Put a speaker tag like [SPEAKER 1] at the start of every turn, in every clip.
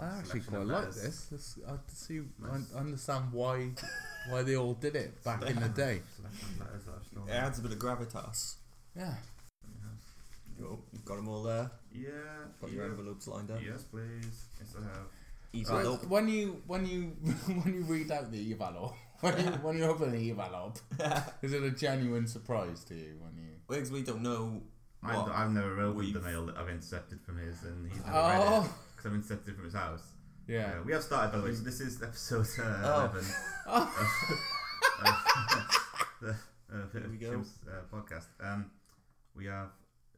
[SPEAKER 1] actually
[SPEAKER 2] collection
[SPEAKER 1] quite
[SPEAKER 2] of
[SPEAKER 1] like
[SPEAKER 2] theirs.
[SPEAKER 1] this. this I see,
[SPEAKER 2] Nice.
[SPEAKER 1] I understand why why they all did it back in the day.
[SPEAKER 2] Selection of letters that I've still
[SPEAKER 3] It adds a bit of gravitas.
[SPEAKER 1] Yeah,
[SPEAKER 3] You all- You've got them all there.
[SPEAKER 2] Yeah.
[SPEAKER 3] Got
[SPEAKER 2] yeah.
[SPEAKER 3] your envelopes lined up.
[SPEAKER 2] Yes, please. Yes, I have.
[SPEAKER 3] Easy
[SPEAKER 1] When-
[SPEAKER 3] dope.
[SPEAKER 1] when you when you when you read out the envelope, when you, when you open the envelope, is it a genuine surprise to you when you?
[SPEAKER 3] Because we don't know
[SPEAKER 2] I,
[SPEAKER 3] what.
[SPEAKER 2] I've never opened
[SPEAKER 3] We've-
[SPEAKER 2] the mail that I've intercepted from his, and he's never read it
[SPEAKER 1] Oh,
[SPEAKER 2] because I've intercepted from his house.
[SPEAKER 1] yeah.
[SPEAKER 2] Uh, we have started, by the way. So this is episode uh,
[SPEAKER 3] Oh.
[SPEAKER 2] eleven. of- of-
[SPEAKER 3] Here
[SPEAKER 2] of
[SPEAKER 3] we go.
[SPEAKER 2] Jim's, uh, podcast. Um, we have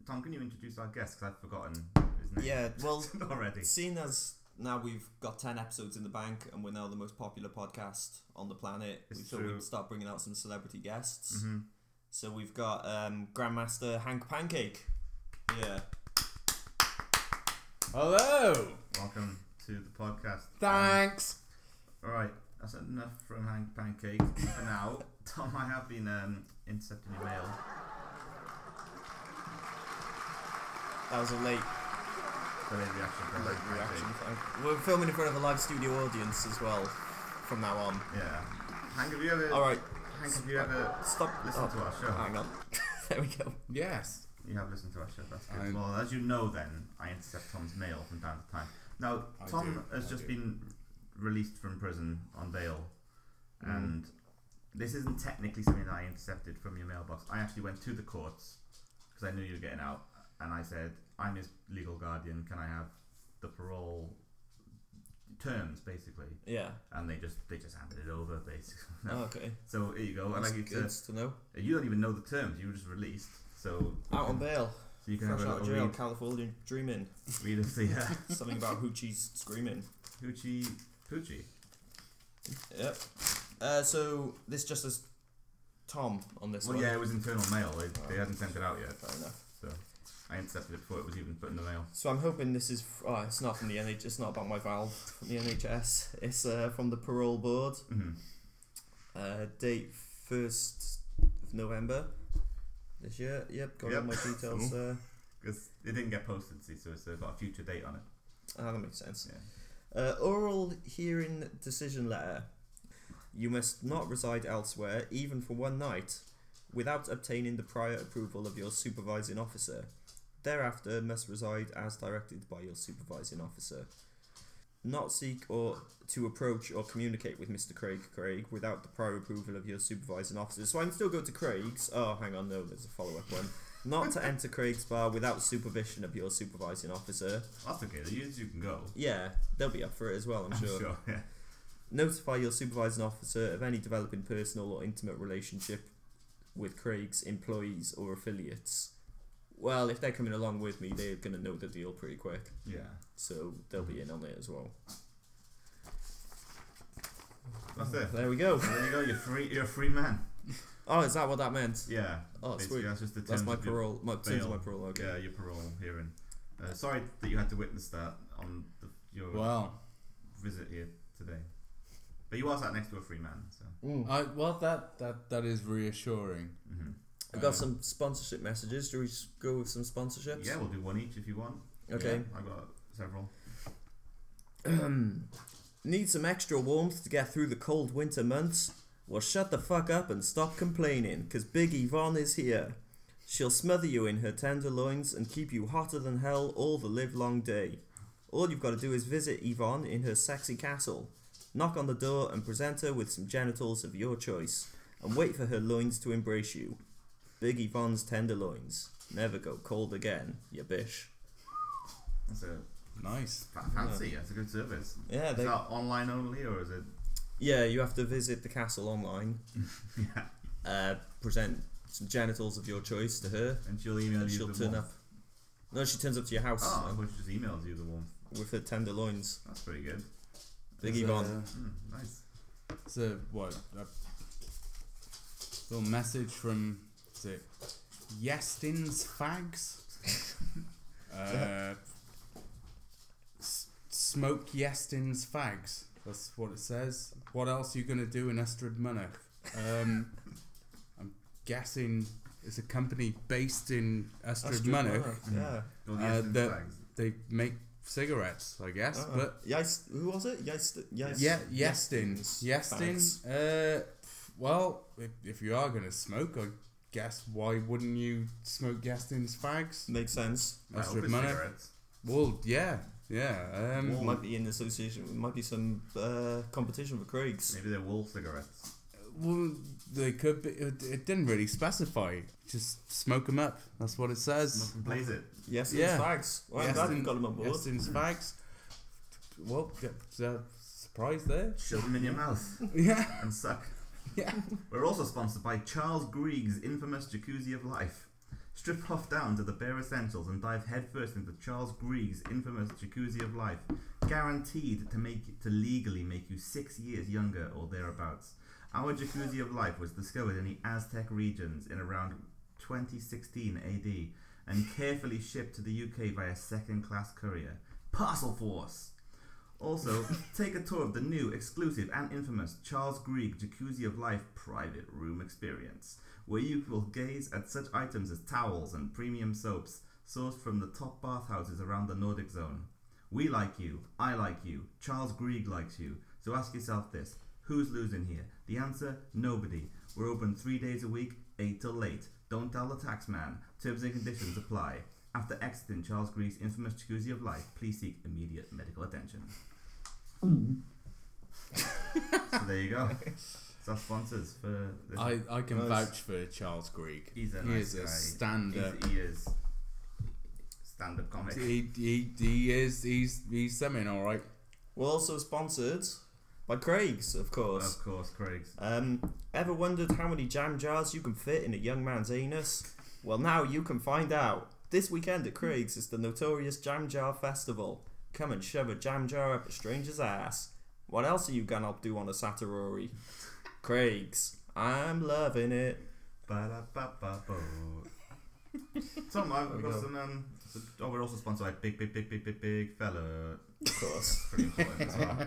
[SPEAKER 2] Tom. Can you introduce our guest? Because I've forgotten his name.
[SPEAKER 3] Yeah, well,
[SPEAKER 2] already.
[SPEAKER 3] Seeing as now we've got 10 episodes in the bank and we're now the most popular podcast on the planet,
[SPEAKER 2] It's
[SPEAKER 3] we thought
[SPEAKER 2] true.
[SPEAKER 3] we'd start bringing out some celebrity guests.
[SPEAKER 2] hmm
[SPEAKER 3] So we've got um, Grandmaster Hank Pancake. Yeah.
[SPEAKER 1] Hello.
[SPEAKER 2] Welcome to the podcast.
[SPEAKER 1] Thanks.
[SPEAKER 2] All right, that's enough from Hank Pancake for now. Tom, I have been um, intercepting your mail.
[SPEAKER 3] That was a late,
[SPEAKER 2] The late reaction from
[SPEAKER 3] late
[SPEAKER 2] Hank
[SPEAKER 3] reaction. Uh,
[SPEAKER 2] Pancake.
[SPEAKER 3] We're filming in front of a live studio audience as well from now on.
[SPEAKER 2] Yeah. Hank, have you ever?
[SPEAKER 3] Alright,
[SPEAKER 2] Hank, have you ever
[SPEAKER 3] stop.
[SPEAKER 2] listened
[SPEAKER 3] oh,
[SPEAKER 2] to our show?
[SPEAKER 3] Hang on. there we go.
[SPEAKER 1] Yes.
[SPEAKER 2] You have listened to our show. That's good.
[SPEAKER 1] I-
[SPEAKER 2] well, as you know, then I intercept Tom's mail from time to time. Now,
[SPEAKER 1] I
[SPEAKER 2] Tom
[SPEAKER 1] do,
[SPEAKER 2] has
[SPEAKER 1] I
[SPEAKER 2] just
[SPEAKER 1] do.
[SPEAKER 2] been released from prison on bail,
[SPEAKER 3] Mm.
[SPEAKER 2] and this isn't technically something that I intercepted from your mailbox. I actually went to the courts because I knew you were getting out, and I said, "I'm his legal guardian. Can I have the parole terms, basically?"
[SPEAKER 3] Yeah.
[SPEAKER 2] And they just they just handed it over, basically.
[SPEAKER 3] Oh, okay.
[SPEAKER 2] So here you go.
[SPEAKER 3] Well,
[SPEAKER 2] I'd
[SPEAKER 3] that's
[SPEAKER 2] like you
[SPEAKER 3] good
[SPEAKER 2] to.
[SPEAKER 3] to know.
[SPEAKER 2] You don't even know the terms. You were just released. So
[SPEAKER 3] Out on bail.
[SPEAKER 2] so you can
[SPEAKER 3] Fresh
[SPEAKER 2] have a
[SPEAKER 3] out of
[SPEAKER 2] little
[SPEAKER 3] jail.
[SPEAKER 2] read,
[SPEAKER 3] California dreaming.
[SPEAKER 2] read of the uh,
[SPEAKER 3] Something about Hoochie's screaming.
[SPEAKER 2] Hoochie Poochie.
[SPEAKER 3] Yep. Uh, so this just as Tom on this
[SPEAKER 2] Well,
[SPEAKER 3] one.
[SPEAKER 2] yeah, it was internal mail. They, they
[SPEAKER 3] Oh.
[SPEAKER 2] hadn't sent it out yet,
[SPEAKER 3] Fair enough.
[SPEAKER 2] so I intercepted it before it was even put in the mail.
[SPEAKER 3] So I'm hoping this is. f- Oh, it's not from the NHS. It's not about my valve from the NHS. It's uh, from the parole board.
[SPEAKER 2] Mm-hmm.
[SPEAKER 3] Uh, date first of November this year. Yep, got
[SPEAKER 2] Yep.
[SPEAKER 3] all my details there.
[SPEAKER 2] Because it didn't get posted, see, so it's uh, got a future date on it.
[SPEAKER 3] Ah, that makes sense.
[SPEAKER 2] Yeah.
[SPEAKER 3] Uh, oral hearing decision letter. You must not reside elsewhere, even for one night, without obtaining the prior approval of your supervising officer. Thereafter, must reside as directed by your supervising officer. Not seek or to approach or communicate with Mr. Craig Craig without the prior approval of your supervising officer. So I can still go to Craig's. Oh, hang on, no, there's a follow up one. Not to enter Craig's bar without supervision of your supervising officer.
[SPEAKER 2] That's okay. The years you can go.
[SPEAKER 3] Yeah, they'll be up for it as well, I'm,
[SPEAKER 2] I'm
[SPEAKER 3] sure.
[SPEAKER 2] sure. Yeah.
[SPEAKER 3] Notify your supervising officer of any developing personal or intimate relationship with Craig's employees or affiliates. Well, if they're coming along with me, they're going to know the deal pretty quick,
[SPEAKER 2] yeah.
[SPEAKER 3] so they'll be in on it as well.
[SPEAKER 2] That's it.
[SPEAKER 3] There we go.
[SPEAKER 2] There you go. You're free. You're a free man.
[SPEAKER 3] Oh, is that what that meant?
[SPEAKER 2] Yeah.
[SPEAKER 3] Oh,
[SPEAKER 2] Basically,
[SPEAKER 3] sweet.
[SPEAKER 2] That's just the terms
[SPEAKER 3] That's my
[SPEAKER 2] of your-
[SPEAKER 3] parole. My terms of my
[SPEAKER 2] bail.
[SPEAKER 3] parole. Okay.
[SPEAKER 2] Yeah, your parole hearing. Uh, sorry that you had to witness that on the, your
[SPEAKER 1] Well,
[SPEAKER 2] visit here today, but you are sat next to a free man, so.
[SPEAKER 3] Mm.
[SPEAKER 1] I well that that that is reassuring.
[SPEAKER 2] hmm
[SPEAKER 3] I got
[SPEAKER 1] Um,
[SPEAKER 3] some sponsorship messages. Do we s- go with some sponsorships?
[SPEAKER 2] Yeah, we'll do one each if you want.
[SPEAKER 3] Okay.
[SPEAKER 2] Yeah, I got several.
[SPEAKER 3] Need some extra warmth to get through the cold winter months? Well, shut the fuck up and stop complaining, 'cause Big Yvonne is here. She'll smother you in her tender loins and keep you hotter than hell all the livelong day. All you've got to do is visit Yvonne in her sexy castle, knock on the door and present her with some genitals of your choice, and wait for her loins to embrace you. Big Yvonne's tender loins. Never go cold again, you bish.
[SPEAKER 2] That's a
[SPEAKER 1] Nice.
[SPEAKER 2] fa- fancy. That's a good service.
[SPEAKER 3] Yeah,
[SPEAKER 2] Is
[SPEAKER 3] they,
[SPEAKER 2] that online only or is it?
[SPEAKER 3] yeah, you have to visit the castle online.
[SPEAKER 2] yeah.
[SPEAKER 3] uh, present some genitals of your choice to her,
[SPEAKER 2] And she'll email
[SPEAKER 3] and
[SPEAKER 2] you.
[SPEAKER 3] she'll
[SPEAKER 2] the
[SPEAKER 3] turn
[SPEAKER 2] warmth.
[SPEAKER 3] up. No, she turns up to your house
[SPEAKER 1] Ah.
[SPEAKER 2] Oh,
[SPEAKER 3] uh,
[SPEAKER 2] which just emails you the warmth.
[SPEAKER 3] with her tender loins.
[SPEAKER 2] That's pretty good.
[SPEAKER 1] It's
[SPEAKER 3] Big
[SPEAKER 1] a-
[SPEAKER 3] Yvonne.
[SPEAKER 2] Mm, nice.
[SPEAKER 1] It's a what? A little message from is it Yestin's fags? uh, s- smoke Yestin's fags. That's what it says. What else are you gonna do in Estrad Munich? Um, I'm guessing it's a company based in Estrad Munich.
[SPEAKER 3] Yeah.
[SPEAKER 2] Well,
[SPEAKER 1] Uh,
[SPEAKER 2] yes, in
[SPEAKER 1] the-
[SPEAKER 2] fact.
[SPEAKER 1] They make cigarettes, I guess.
[SPEAKER 3] Uh-uh.
[SPEAKER 1] But
[SPEAKER 3] Yes- who was it? Yes, yes,
[SPEAKER 1] yeah, Yestin's.
[SPEAKER 3] Thanks.
[SPEAKER 1] Yestin. Uh, well, if, if you are gonna smoke, I guess why wouldn't you smoke Yestin's fags?
[SPEAKER 3] Makes sense.
[SPEAKER 2] I
[SPEAKER 1] That's
[SPEAKER 2] hope it's
[SPEAKER 1] Romano.
[SPEAKER 2] cigarettes.
[SPEAKER 1] Well, yeah, yeah. Um,
[SPEAKER 3] might be in association. Might be some uh, competition for Craig's.
[SPEAKER 2] Maybe they're wool cigarettes.
[SPEAKER 1] Well, they could be. It, it didn't really specify. Just smoke them up. That's what it says.
[SPEAKER 2] Blaze it.
[SPEAKER 3] Yes,
[SPEAKER 1] Yeah.
[SPEAKER 3] it's fags. Well, I'm glad
[SPEAKER 1] Yestin-
[SPEAKER 3] you got him on board.
[SPEAKER 1] Yestin's fags. Well, yeah, so, surprise there.
[SPEAKER 2] Shove them in your mouth
[SPEAKER 1] Yeah.
[SPEAKER 2] and suck.
[SPEAKER 1] Yeah.
[SPEAKER 2] We're also sponsored by Charles Grieg's infamous Jacuzzi of Life. Strip off down to the bare essentials and dive headfirst into Charles Grieg's infamous Jacuzzi of Life, guaranteed to make to legally make you six years younger or thereabouts. Our Jacuzzi of Life was discovered in the Aztec regions in around 2016 AD and carefully shipped to the UK via second-class courier. Parcel Force. Also, take a tour of the new, exclusive, and infamous Charles Grieg Jacuzzi of Life private room experience, where you will gaze at such items as towels and premium soaps sourced from the top bathhouses around the Nordic zone. We like you, I like you, Charles Grieg likes you. So ask yourself this who's losing here? The answer nobody. We're open three days a week, 8 till late. Don't tell the tax man. Terms and conditions apply. After exiting Charles Grieg's infamous jacuzzi of life, please seek immediate medical attention. so there you go. It's our sponsors for this.
[SPEAKER 1] I, I can
[SPEAKER 3] Nice.
[SPEAKER 1] vouch for Charles Greig.
[SPEAKER 2] He's a
[SPEAKER 1] he is
[SPEAKER 2] nice guy.
[SPEAKER 1] a stand up.
[SPEAKER 2] He's- he is stand-up comic.
[SPEAKER 1] He, he, he is he's he's something all right.
[SPEAKER 3] We're also sponsored by Craig's, of course.
[SPEAKER 2] Of course, Craig's.
[SPEAKER 3] Um, ever wondered how many jam jars you can fit in a young man's anus? Well, now you can find out. This weekend at Craig's is the notorious Jam Jar Festival. Come and shove a jam jar up a stranger's ass. What else are you gonna do on a Saturori? Craig's. I'm loving it.
[SPEAKER 2] Ba-da-ba-ba-bo. Tom, I've
[SPEAKER 3] we
[SPEAKER 2] got
[SPEAKER 3] go.
[SPEAKER 2] some. Um, oh, we're also sponsored by Big, Big, Big, Big, Big, Big Fella.
[SPEAKER 3] Of course.
[SPEAKER 2] Pretty important as well.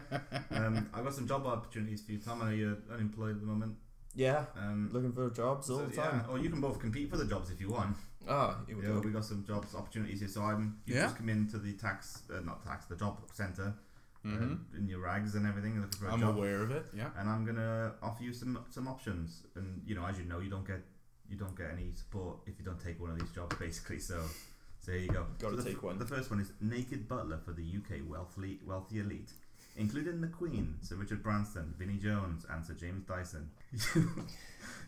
[SPEAKER 2] Um, I've got some job opportunities for you, Tom. I know you're unemployed at the moment.
[SPEAKER 3] Yeah.
[SPEAKER 2] Um,
[SPEAKER 3] Looking for jobs all
[SPEAKER 2] so,
[SPEAKER 3] the time.
[SPEAKER 2] Yeah, or you can both compete for the jobs if you want.
[SPEAKER 3] Ah, here we
[SPEAKER 2] Yeah,
[SPEAKER 3] go.
[SPEAKER 2] we got some jobs opportunities here. So I'm you
[SPEAKER 1] Yeah.
[SPEAKER 2] just come into the tax, uh, not tax, the job centre
[SPEAKER 3] Mm-hmm.
[SPEAKER 1] Mhm.
[SPEAKER 2] uh, in your rags and everything, looking for a
[SPEAKER 1] I'm
[SPEAKER 2] job.
[SPEAKER 1] aware of it. Yeah.
[SPEAKER 2] And I'm gonna offer you some some options. And you know, as you know, you don't get you don't get any support if you don't take one of these jobs, basically. So. So here you go.
[SPEAKER 3] Gotta
[SPEAKER 2] So the,
[SPEAKER 3] take one.
[SPEAKER 2] The first one is Naked Butler for the UK wealthy, wealthy elite, including the Queen, Sir Richard Branson, Vinnie Jones, and Sir James Dyson.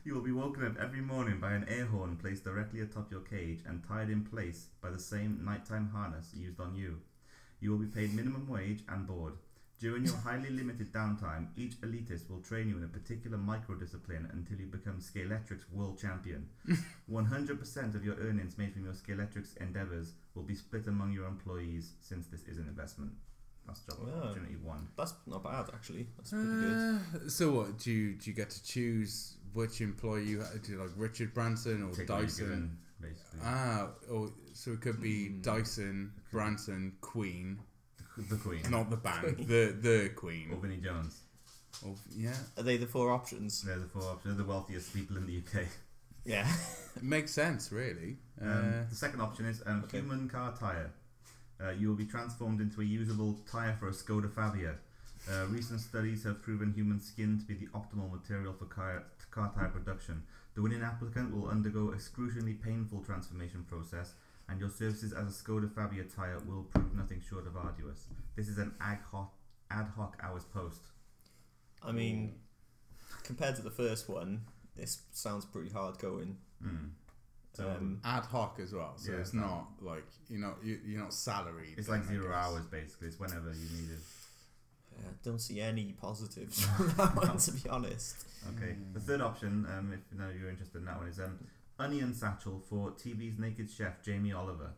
[SPEAKER 2] You will be woken up every morning by an air horn placed directly atop your cage and tied in place by the same nighttime harness used on you. You will be paid minimum wage and board. During your highly limited downtime, each elitist will train you in a particular micro discipline until you become Scaletrix world champion. 100% of your earnings made from your Scaletrix endeavors will be split among your employees since this is an investment. That's job
[SPEAKER 3] Yeah.
[SPEAKER 2] opportunity one.
[SPEAKER 3] That's not bad, actually. That's pretty good.
[SPEAKER 1] Uh, so what do you do? You get to choose which employee you ha- do, you like Richard Branson or
[SPEAKER 2] Take what you're
[SPEAKER 1] Dyson.
[SPEAKER 2] given, basically.
[SPEAKER 1] Ah, or so it could be
[SPEAKER 2] Mm.
[SPEAKER 3] Hmm.
[SPEAKER 1] Dyson, Branson, Queen,
[SPEAKER 2] the Queen.
[SPEAKER 1] not the band, the the Queen.
[SPEAKER 2] Or Vinnie Jones.
[SPEAKER 1] Or, yeah,
[SPEAKER 3] Are they the four options?
[SPEAKER 2] They're the four options. They're the wealthiest people in the UK.
[SPEAKER 3] Yeah.
[SPEAKER 1] it makes sense really.
[SPEAKER 2] Um,
[SPEAKER 1] Uh,
[SPEAKER 2] the second option is um,
[SPEAKER 3] okay.
[SPEAKER 2] human car tire. Uh, you will be transformed into a usable tire for a Skoda Fabia. Uh, recent studies have proven human skin to be the optimal material for car, car tire production. The winning applicant will undergo excruciatingly painful transformation process, and your services as a Skoda Fabia tire will prove nothing short of arduous. This is an ad hoc, ad hoc hours post.
[SPEAKER 3] I mean,
[SPEAKER 2] Mm.
[SPEAKER 3] compared to the first one, this sounds pretty hard going.
[SPEAKER 2] Mm. So
[SPEAKER 3] Um,
[SPEAKER 1] Uh, ad hoc as well, so
[SPEAKER 2] Yeah,
[SPEAKER 1] it's
[SPEAKER 2] that-
[SPEAKER 1] not like you're not you, you're not salaried.
[SPEAKER 2] it's like
[SPEAKER 1] then, I
[SPEAKER 2] zero
[SPEAKER 1] guess.
[SPEAKER 2] hours basically. It's whenever you need it.
[SPEAKER 3] I don't see any positives from that one, to be honest.
[SPEAKER 2] Okay. The third option, um, if you know you're interested in that one, is um, onion satchel for TV's naked chef Jamie Oliver.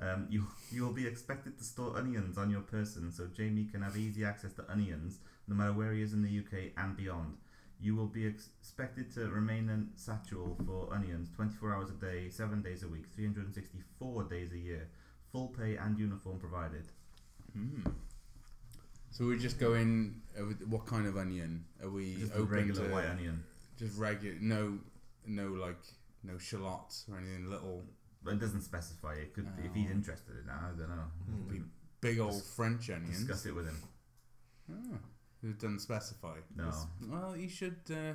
[SPEAKER 2] Um, you you will be expected to store onions on your person, so Jamie can have easy access to onions no matter where he is in the UK and beyond. You will be ex- expected to remain in satchel for onions 24 hours a day, seven days a week, 364 days a year. Full pay and uniform provided.
[SPEAKER 1] Hmm. So we're just going. Uh, with- what kind of onion are we
[SPEAKER 2] Just a
[SPEAKER 1] open
[SPEAKER 2] regular
[SPEAKER 1] to?
[SPEAKER 2] white onion.
[SPEAKER 1] Just regular, no, no like no shallots or anything little.
[SPEAKER 2] But it doesn't specify. It could be if he's interested in that. I don't know.
[SPEAKER 3] Hmm.
[SPEAKER 1] Be big old French onions.
[SPEAKER 2] Discuss it with him.
[SPEAKER 1] Ah, it doesn't specify.
[SPEAKER 2] No.
[SPEAKER 1] It's- Well, you should, uh,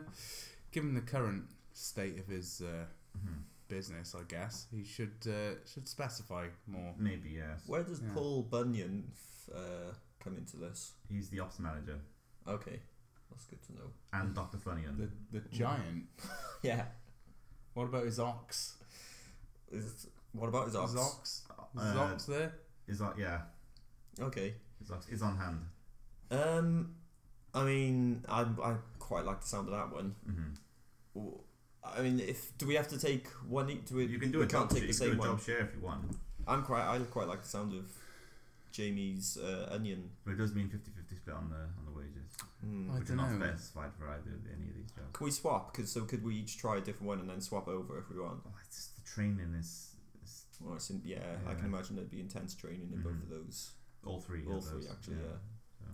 [SPEAKER 1] given the current state of his uh,
[SPEAKER 2] Mhm.
[SPEAKER 1] business, I guess he should uh, should specify more.
[SPEAKER 2] Maybe yes.
[SPEAKER 3] Where does
[SPEAKER 1] Yeah.
[SPEAKER 3] Paul Bunyan f- uh, come into this?
[SPEAKER 2] He's the ops manager
[SPEAKER 3] Okay, that's good to know.
[SPEAKER 2] and Doctor Funnion.
[SPEAKER 1] The the giant.
[SPEAKER 3] Yeah.
[SPEAKER 1] What about his ox?
[SPEAKER 3] Is, what about his
[SPEAKER 1] His
[SPEAKER 3] ox?
[SPEAKER 1] ox. Is his
[SPEAKER 2] Uh,
[SPEAKER 1] ox there?
[SPEAKER 2] is on yeah.
[SPEAKER 3] Okay.
[SPEAKER 2] Is on, is on hand.
[SPEAKER 3] Um, I mean, I I quite like the sound of that one.
[SPEAKER 2] hmm
[SPEAKER 3] W- I mean, if do we have to take one? each- Do we?
[SPEAKER 2] You can do
[SPEAKER 3] we
[SPEAKER 2] a job
[SPEAKER 3] can't take
[SPEAKER 2] share.
[SPEAKER 3] the
[SPEAKER 2] You can do a
[SPEAKER 3] same one.
[SPEAKER 2] job share if you want,
[SPEAKER 3] I'm quite. I quite like the sound of Jamie's uh, onion.
[SPEAKER 2] but it does mean 50-50 split on the on the wages,
[SPEAKER 3] Hmm.
[SPEAKER 1] I
[SPEAKER 2] which are not
[SPEAKER 1] dunno.
[SPEAKER 2] specified for either of any of these jobs.
[SPEAKER 3] Can we swap? Cause so could we each try a different one and then swap over if we want?
[SPEAKER 2] Oh, it's just the training is, is
[SPEAKER 3] Or it's in, yeah, I
[SPEAKER 2] Yeah.
[SPEAKER 3] can imagine there'd be intense training in both
[SPEAKER 2] Mhm.
[SPEAKER 3] of those.
[SPEAKER 2] all three.
[SPEAKER 3] All
[SPEAKER 2] of those.
[SPEAKER 3] three, actually, yeah.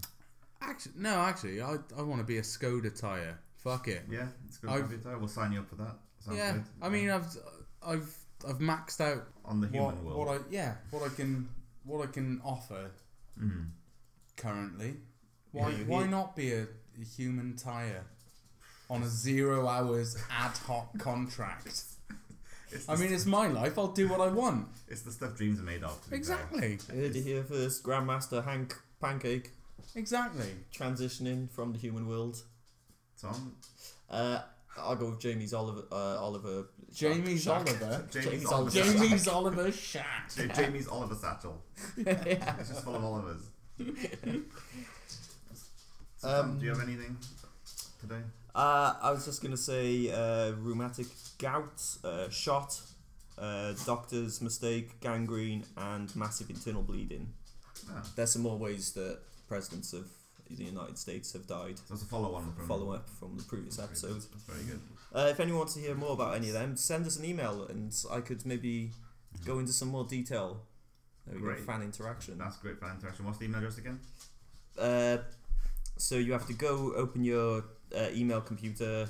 [SPEAKER 1] Actually, no. Actually, I I want to be a Skoda tire. Fuck it.
[SPEAKER 2] Yeah, it's good.
[SPEAKER 1] I've-
[SPEAKER 2] Computer. We'll sign you up for that. Sounds
[SPEAKER 1] yeah.
[SPEAKER 2] good.
[SPEAKER 1] I mean, I've I've I've maxed out
[SPEAKER 2] on the
[SPEAKER 1] what,
[SPEAKER 2] human
[SPEAKER 1] what
[SPEAKER 2] world.
[SPEAKER 1] I yeah what I can what I can offer
[SPEAKER 2] Mhm.
[SPEAKER 1] currently. Why
[SPEAKER 3] Yeah, you
[SPEAKER 1] why
[SPEAKER 3] hear-
[SPEAKER 1] not be a, a human tire on a zero hours ad hoc contract?
[SPEAKER 2] It's the
[SPEAKER 1] I mean, it's my life. I'll do what I want.
[SPEAKER 2] st- it's the stuff dreams are made of. to be fair.
[SPEAKER 1] Exactly.
[SPEAKER 3] I heard you here first, Grandmaster Hank Pancake
[SPEAKER 1] Exactly.
[SPEAKER 3] transitioning from the human world.
[SPEAKER 2] Tom,
[SPEAKER 3] Uh, I'll go with Jamie's Oliver. Uh, Oliver. Shack-
[SPEAKER 1] Jamie's
[SPEAKER 3] Shack.
[SPEAKER 1] Oliver.
[SPEAKER 2] Jamie's
[SPEAKER 3] Jamie's
[SPEAKER 2] Oliver.
[SPEAKER 3] Oliver.
[SPEAKER 1] Jamie's Oliver Shat.
[SPEAKER 2] Ja- Jamie's Oliver Satchel. It's just full of Olivers. So, Tom,
[SPEAKER 1] Um,
[SPEAKER 2] do you have anything today?
[SPEAKER 3] Uh, I was just gonna say uh, rheumatic gout, uh, shot, uh, doctor's mistake, gangrene, and massive internal bleeding.
[SPEAKER 2] No.
[SPEAKER 3] There's some more ways that presidents of the United States have died.
[SPEAKER 2] So it's a follow-on from
[SPEAKER 3] Follow up from the previous episode.
[SPEAKER 2] That's very good.
[SPEAKER 3] Uh, if anyone wants to hear more about any of them, send us an email and I could maybe go into some more detail. There we
[SPEAKER 2] Great.
[SPEAKER 3] go, fan interaction.
[SPEAKER 2] That's great fan interaction. What's the email address again?
[SPEAKER 3] Uh, so you have to go open your uh, email computer,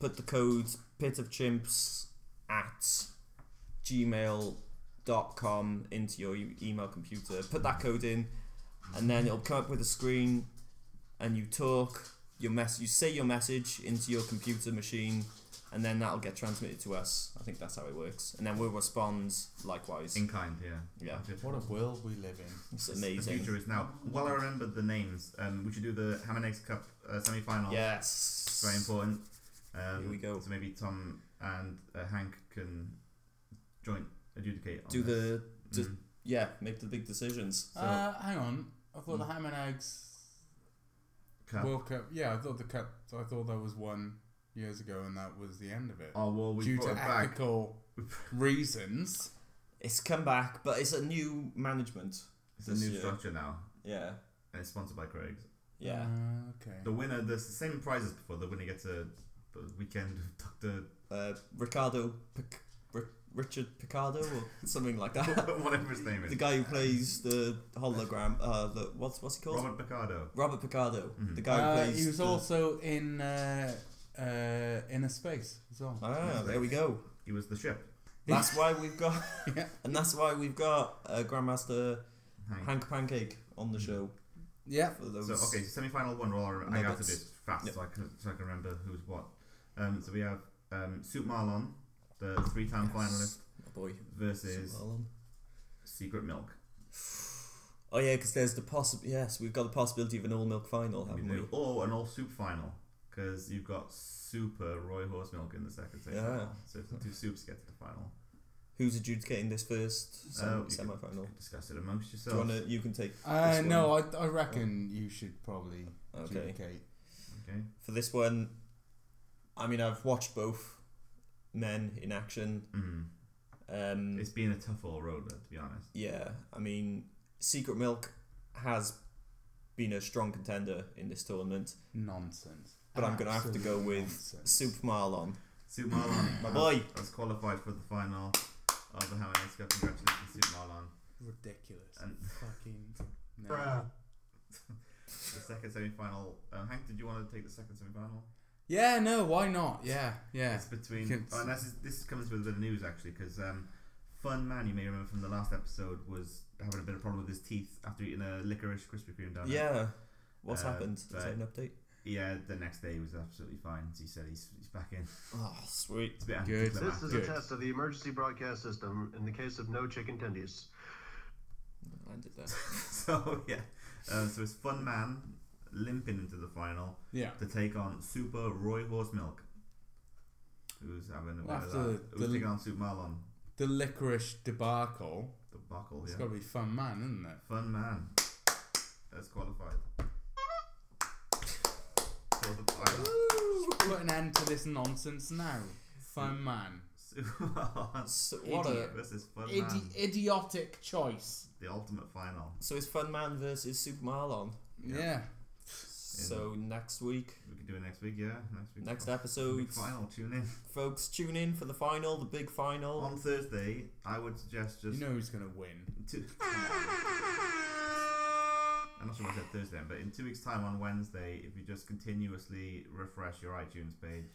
[SPEAKER 3] put the code pit of chimps at gmail.com into your e- email computer, put that code in, and then it'll come up with a screen and you talk, your mess- you say your message into your computer machine. And then that'll get transmitted to us. I think that's how it works. And then we'll respond likewise.
[SPEAKER 2] In kind, yeah.
[SPEAKER 3] Yeah.
[SPEAKER 2] That's it.
[SPEAKER 1] What a world we live in.
[SPEAKER 3] It's
[SPEAKER 2] The future
[SPEAKER 3] amazing.
[SPEAKER 2] is now. While I remembered the names, um, we should do the Ham and Eggs Cup uh, semi-final.
[SPEAKER 3] Yes.
[SPEAKER 2] It's very important. Um,
[SPEAKER 3] Here we go.
[SPEAKER 2] So maybe Tom and uh, Hank can joint adjudicate. On
[SPEAKER 3] Do
[SPEAKER 2] this.
[SPEAKER 3] the do-
[SPEAKER 2] Mhm.
[SPEAKER 3] yeah, make the big decisions.
[SPEAKER 2] So-
[SPEAKER 1] uh, hang on. I thought the
[SPEAKER 3] Mm.
[SPEAKER 1] ham and eggs
[SPEAKER 2] cup.
[SPEAKER 1] World Cup. Yeah, I thought the cup. I thought there was one years ago, and that was the end of it.
[SPEAKER 2] Oh well, we
[SPEAKER 1] Due
[SPEAKER 2] brought
[SPEAKER 1] to
[SPEAKER 2] it back.
[SPEAKER 1] ethical reasons.
[SPEAKER 3] It's come back, but it's a new management.
[SPEAKER 2] It's a
[SPEAKER 3] this
[SPEAKER 2] new
[SPEAKER 3] year.
[SPEAKER 2] structure now,
[SPEAKER 3] Yeah,
[SPEAKER 2] and it's sponsored by Craig's.
[SPEAKER 3] yeah.
[SPEAKER 1] Uh, okay.
[SPEAKER 2] The winner, there's the same prize as before. The winner gets a a weekend of Doctor
[SPEAKER 1] Mm.
[SPEAKER 3] Uh, Ricardo, Pic- Ri- Richard Picardo, or something like that.
[SPEAKER 2] whatever his name
[SPEAKER 3] the
[SPEAKER 2] is.
[SPEAKER 3] guy who plays the hologram. Uh, the what's what's he called?
[SPEAKER 2] Robert Picardo.
[SPEAKER 3] Robert Picardo.
[SPEAKER 2] Mhm.
[SPEAKER 3] The guy who
[SPEAKER 1] Uh,
[SPEAKER 3] plays.
[SPEAKER 1] he was
[SPEAKER 3] the-
[SPEAKER 1] also in uh, uh, Inner Space as well.
[SPEAKER 3] Ah, there we go.
[SPEAKER 2] He was the ship.
[SPEAKER 3] That's why we've got,
[SPEAKER 1] Yeah.
[SPEAKER 3] and that's why we've got uh, Grandmaster
[SPEAKER 2] Hank.
[SPEAKER 3] Hank Pancake on the
[SPEAKER 1] Mm.
[SPEAKER 3] show.
[SPEAKER 1] Yeah.
[SPEAKER 3] For those.
[SPEAKER 2] So okay, so semi-final one. Well, I rem- I have to do it
[SPEAKER 3] Nuggets.
[SPEAKER 2] fast
[SPEAKER 3] Yep.
[SPEAKER 2] so I can so I can remember who's what. Um, so we have um, Soup Marlon, the three-time finalist,
[SPEAKER 3] Oh boy.
[SPEAKER 2] versus
[SPEAKER 3] Well um, done.
[SPEAKER 2] Secret Milk.
[SPEAKER 3] Oh yeah, because there's the possi Yes, we've got the possibility of an all milk final,
[SPEAKER 2] We
[SPEAKER 3] haven't we?
[SPEAKER 2] do. Or an all soup final because you've got super Roy horse milk in the second semi
[SPEAKER 3] Yeah.
[SPEAKER 2] So if the two soups get to the final,
[SPEAKER 3] Who's adjudicating this first sem-
[SPEAKER 2] Oh, you
[SPEAKER 3] semi-final?
[SPEAKER 2] discuss it amongst
[SPEAKER 3] Do you
[SPEAKER 2] yourselves.
[SPEAKER 3] want to? You can take.
[SPEAKER 1] Uh,
[SPEAKER 3] this
[SPEAKER 1] no, I, I reckon you should probably
[SPEAKER 3] one. Okay.
[SPEAKER 1] adjudicate.
[SPEAKER 2] Okay.
[SPEAKER 3] For this one, I mean, I've watched both men in action.
[SPEAKER 2] Mm.
[SPEAKER 3] Um,
[SPEAKER 2] It's been a tough old road, to be honest.
[SPEAKER 3] yeah, I mean, Secret Milk has been a strong contender in this tournament.
[SPEAKER 1] Nonsense.
[SPEAKER 3] But I'm gonna have to go
[SPEAKER 1] Absolute
[SPEAKER 3] with
[SPEAKER 1] nonsense.
[SPEAKER 3] Soup Marlon,
[SPEAKER 2] Soup Marlon,
[SPEAKER 3] my
[SPEAKER 2] has-
[SPEAKER 3] boy.
[SPEAKER 2] has qualified for the final of the Hammer Cup. Congratulations, Soup Marlon.
[SPEAKER 1] Ridiculous.
[SPEAKER 2] And
[SPEAKER 1] Fucking. No.
[SPEAKER 2] the second semi-final. Um, Hank, did you want to take the second semi-final?
[SPEAKER 1] Yeah, no, why not? Yeah, yeah.
[SPEAKER 2] It's between.
[SPEAKER 1] Can-
[SPEAKER 2] Oh, and this, is, this comes with a bit of news actually, because um, fun man you may remember from the last episode was having a bit of problem with his teeth after eating a licorice Krispy Kreme donut.
[SPEAKER 3] Yeah. What's
[SPEAKER 2] Uh-huh. Uh,
[SPEAKER 3] happened? Is
[SPEAKER 2] but-
[SPEAKER 3] that an update?
[SPEAKER 2] Yeah, the next day he was absolutely fine. He said he's, he's back in.
[SPEAKER 3] Oh, sweet.
[SPEAKER 2] It's a bit
[SPEAKER 1] Good.
[SPEAKER 2] anticlimactic.
[SPEAKER 4] This is
[SPEAKER 1] Good.
[SPEAKER 4] a test of the emergency broadcast system in the case of no chicken tendies.
[SPEAKER 3] Landed there.
[SPEAKER 2] so yeah, uh, so it's Fun Man limping into the final
[SPEAKER 1] Yeah.
[SPEAKER 2] to take on Super Roy Horse Milk, who's having a bit of
[SPEAKER 1] After
[SPEAKER 2] that. Who's
[SPEAKER 1] the-
[SPEAKER 2] taking on Super Marlon,
[SPEAKER 1] The licorice debacle.
[SPEAKER 2] the buckle.
[SPEAKER 1] It's
[SPEAKER 2] Yeah.
[SPEAKER 1] got to be fun, man, isn't it?
[SPEAKER 2] Fun Man, that's qualified. Qualified.
[SPEAKER 1] Put an end to this nonsense now. Fun man.
[SPEAKER 2] Super Marlon
[SPEAKER 3] So,
[SPEAKER 1] What a-
[SPEAKER 3] idiot.
[SPEAKER 2] versus Fun Man,
[SPEAKER 1] Idi- idiotic choice.
[SPEAKER 2] the ultimate final.
[SPEAKER 3] so it's Fun Man versus Super Marlon.
[SPEAKER 1] Yeah.
[SPEAKER 3] So next week,
[SPEAKER 2] We can do it next week, yeah. Next week.
[SPEAKER 3] next
[SPEAKER 2] Big
[SPEAKER 3] episode,
[SPEAKER 2] final. Tune in
[SPEAKER 3] folks, tune in for the final, the big final.
[SPEAKER 2] on Thursday. I would suggest just
[SPEAKER 1] You know who's going to win.
[SPEAKER 2] two. I'm not sure what I said Thursday, but in two weeks' time on Wednesday, if you just continuously refresh your iTunes page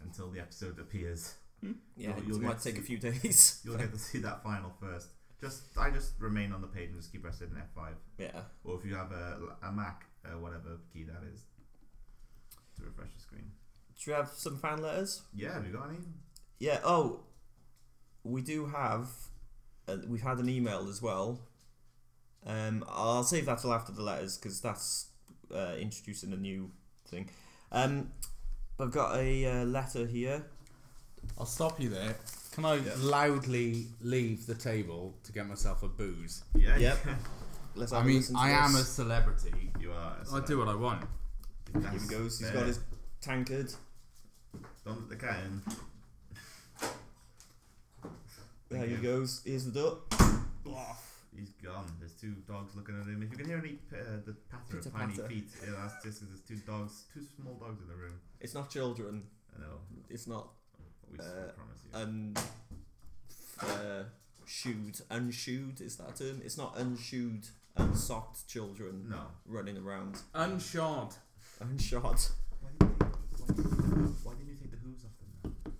[SPEAKER 2] until the episode appears,
[SPEAKER 3] Yeah,
[SPEAKER 2] You'll- you'll
[SPEAKER 3] it
[SPEAKER 2] get
[SPEAKER 3] might
[SPEAKER 2] to
[SPEAKER 3] take a
[SPEAKER 2] see-
[SPEAKER 3] few days.
[SPEAKER 2] you'll get to see that final first. Just I just remain on the page and just keep pressing F5,
[SPEAKER 3] Yeah.
[SPEAKER 2] or if you have a, a Mac, uh, whatever key that is, to refresh the screen.
[SPEAKER 3] Do you have some fan letters?
[SPEAKER 2] Yeah, have you got any?
[SPEAKER 3] Yeah. Oh, we do have. Uh, we've had an email as well. Um, I'll save that till after the letters because that's uh, introducing a new thing. Um, I've got a uh, letter here.
[SPEAKER 1] I'll stop you there. Can I
[SPEAKER 3] Yeah.
[SPEAKER 1] loudly leave the table to get myself a booze?
[SPEAKER 2] Yeah.
[SPEAKER 3] Yep. Let's have
[SPEAKER 1] I
[SPEAKER 3] a
[SPEAKER 1] mean,
[SPEAKER 3] listen to
[SPEAKER 1] I am a
[SPEAKER 3] this.
[SPEAKER 1] celebrity.
[SPEAKER 2] You are.
[SPEAKER 1] I do what I want.
[SPEAKER 3] Here he goes. He's got his tankard.
[SPEAKER 2] Don't let the cat in.
[SPEAKER 3] There
[SPEAKER 2] Thank
[SPEAKER 3] he
[SPEAKER 2] you.
[SPEAKER 3] goes. Here's the door.
[SPEAKER 2] He's gone. There's two dogs looking at him. If you can hear any uh, the patter
[SPEAKER 3] Pitter
[SPEAKER 2] of tiny
[SPEAKER 3] patter.
[SPEAKER 2] feet, yeah, that's just 'cause there's two dogs, two small dogs in the room.
[SPEAKER 3] It's not children.
[SPEAKER 2] I know.
[SPEAKER 3] It's not
[SPEAKER 2] We s-
[SPEAKER 3] Uh,
[SPEAKER 2] promise you.
[SPEAKER 3] un uh, shoed. Unshoed is that a term? It's not unshoed, unsocked children
[SPEAKER 2] no.
[SPEAKER 3] running around.
[SPEAKER 1] Unshod.
[SPEAKER 3] Unshot.
[SPEAKER 2] Why did, you take, why, did you take the hooves off them? Then?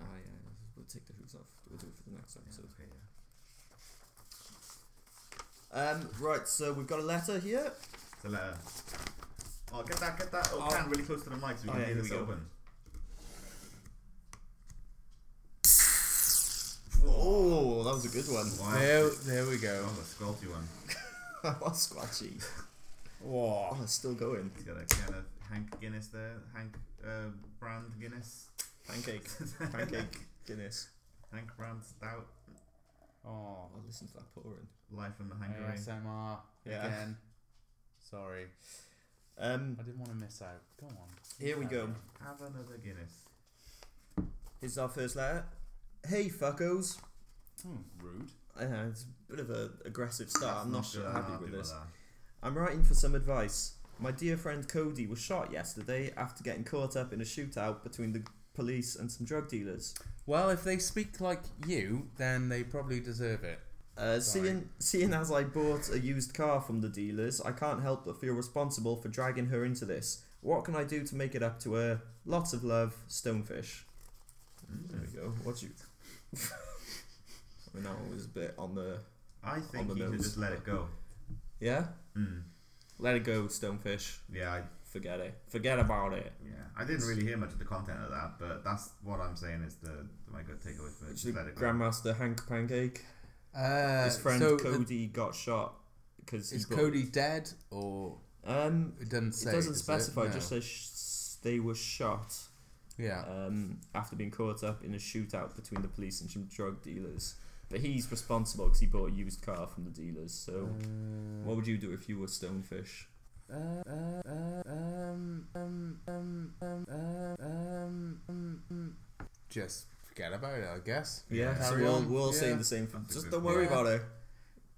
[SPEAKER 3] Ah, yeah, we'll take the hooves off. We'll do it for the next episode.
[SPEAKER 2] okay, yeah.
[SPEAKER 3] Um, right, so we've got a letter here.
[SPEAKER 2] So let her. Oh, get that, get that. Oh,
[SPEAKER 3] Oh.
[SPEAKER 2] can really close to the mic so we
[SPEAKER 3] Oh,
[SPEAKER 2] can
[SPEAKER 3] yeah,
[SPEAKER 2] hear
[SPEAKER 3] it's
[SPEAKER 2] the
[SPEAKER 3] open.
[SPEAKER 2] open.
[SPEAKER 3] Oh, that was a good one.
[SPEAKER 2] Wow.
[SPEAKER 1] There, there we
[SPEAKER 2] Oh,
[SPEAKER 1] go.
[SPEAKER 2] the squelchy one.
[SPEAKER 3] that was scratchy.
[SPEAKER 1] Whoa.
[SPEAKER 3] Oh, it's still going.
[SPEAKER 2] He's got a kind of Hank Guinness there. Hank uh, brand Guinness.
[SPEAKER 3] Pancake. Pancake. Guinness.
[SPEAKER 2] Hank brand stout.
[SPEAKER 1] Oh,
[SPEAKER 3] Oh, listen to that pouring.
[SPEAKER 2] Life from the Hungary.
[SPEAKER 1] ASMR
[SPEAKER 3] Yeah.
[SPEAKER 1] again. Sorry,
[SPEAKER 3] Um,
[SPEAKER 1] I didn't want to miss out. Go on.
[SPEAKER 3] Here we go.
[SPEAKER 2] Have another Guinness.
[SPEAKER 3] here's our first letter. Hey, fuckos.
[SPEAKER 1] Hmm, rude.
[SPEAKER 3] Uh, it's a bit of a aggressive start.
[SPEAKER 2] That's
[SPEAKER 3] I'm not
[SPEAKER 2] good.
[SPEAKER 3] sure
[SPEAKER 2] I'm
[SPEAKER 3] happy
[SPEAKER 2] not
[SPEAKER 3] with
[SPEAKER 2] happy
[SPEAKER 3] this.
[SPEAKER 2] that.
[SPEAKER 3] I'm writing for some advice. My dear friend Cody was shot yesterday after getting caught up in a shootout between the police and some drug dealers.
[SPEAKER 1] Well, if they speak like you, then they probably deserve it. Sorry.
[SPEAKER 3] Uh, seeing, seeing as I bought a used car from the dealers, I can't help but feel responsible for dragging her into this. What can I do to make it up to her? Lots of love, Stonefish.
[SPEAKER 2] Hmm.
[SPEAKER 3] There we go. What you? I mean, that one was a bit on the.
[SPEAKER 2] I think
[SPEAKER 3] the
[SPEAKER 2] you should
[SPEAKER 3] nose.
[SPEAKER 2] just let it go.
[SPEAKER 3] Yeah.
[SPEAKER 2] Mm.
[SPEAKER 3] Let it go, Stonefish.
[SPEAKER 2] Yeah, I,
[SPEAKER 3] Forget it. Forget about it.
[SPEAKER 2] yeah. I didn't really hear much of the content of that, but that's what I'm saying is the my good takeaway from it. Just
[SPEAKER 3] Actually,
[SPEAKER 2] let it go.
[SPEAKER 3] Grandmaster Hank Pancake.
[SPEAKER 1] Uh,
[SPEAKER 3] His friend
[SPEAKER 1] so, uh,
[SPEAKER 3] Cody got shot because
[SPEAKER 1] Is Cody dead or
[SPEAKER 3] Um,
[SPEAKER 1] it doesn't
[SPEAKER 3] it
[SPEAKER 1] say?
[SPEAKER 3] doesn't
[SPEAKER 1] does
[SPEAKER 3] specify.
[SPEAKER 1] No.
[SPEAKER 3] Just says sh- they were shot.
[SPEAKER 1] yeah.
[SPEAKER 3] um, after being caught up in a shootout between the police and some drug dealers. But he's responsible because he bought a used car from the dealers. So, what would you do if you were Stonefish?
[SPEAKER 1] Uh, uh, uh, um, um, um, um, uh, um, um, um. Just forget about it, I guess.
[SPEAKER 3] Yeah, so
[SPEAKER 1] Carry
[SPEAKER 3] we're, all-
[SPEAKER 1] on.
[SPEAKER 3] we're all
[SPEAKER 1] Yeah.
[SPEAKER 3] saying the same thing.
[SPEAKER 2] That's a
[SPEAKER 3] Just
[SPEAKER 2] good
[SPEAKER 3] don't worry
[SPEAKER 1] Yeah.
[SPEAKER 3] about it.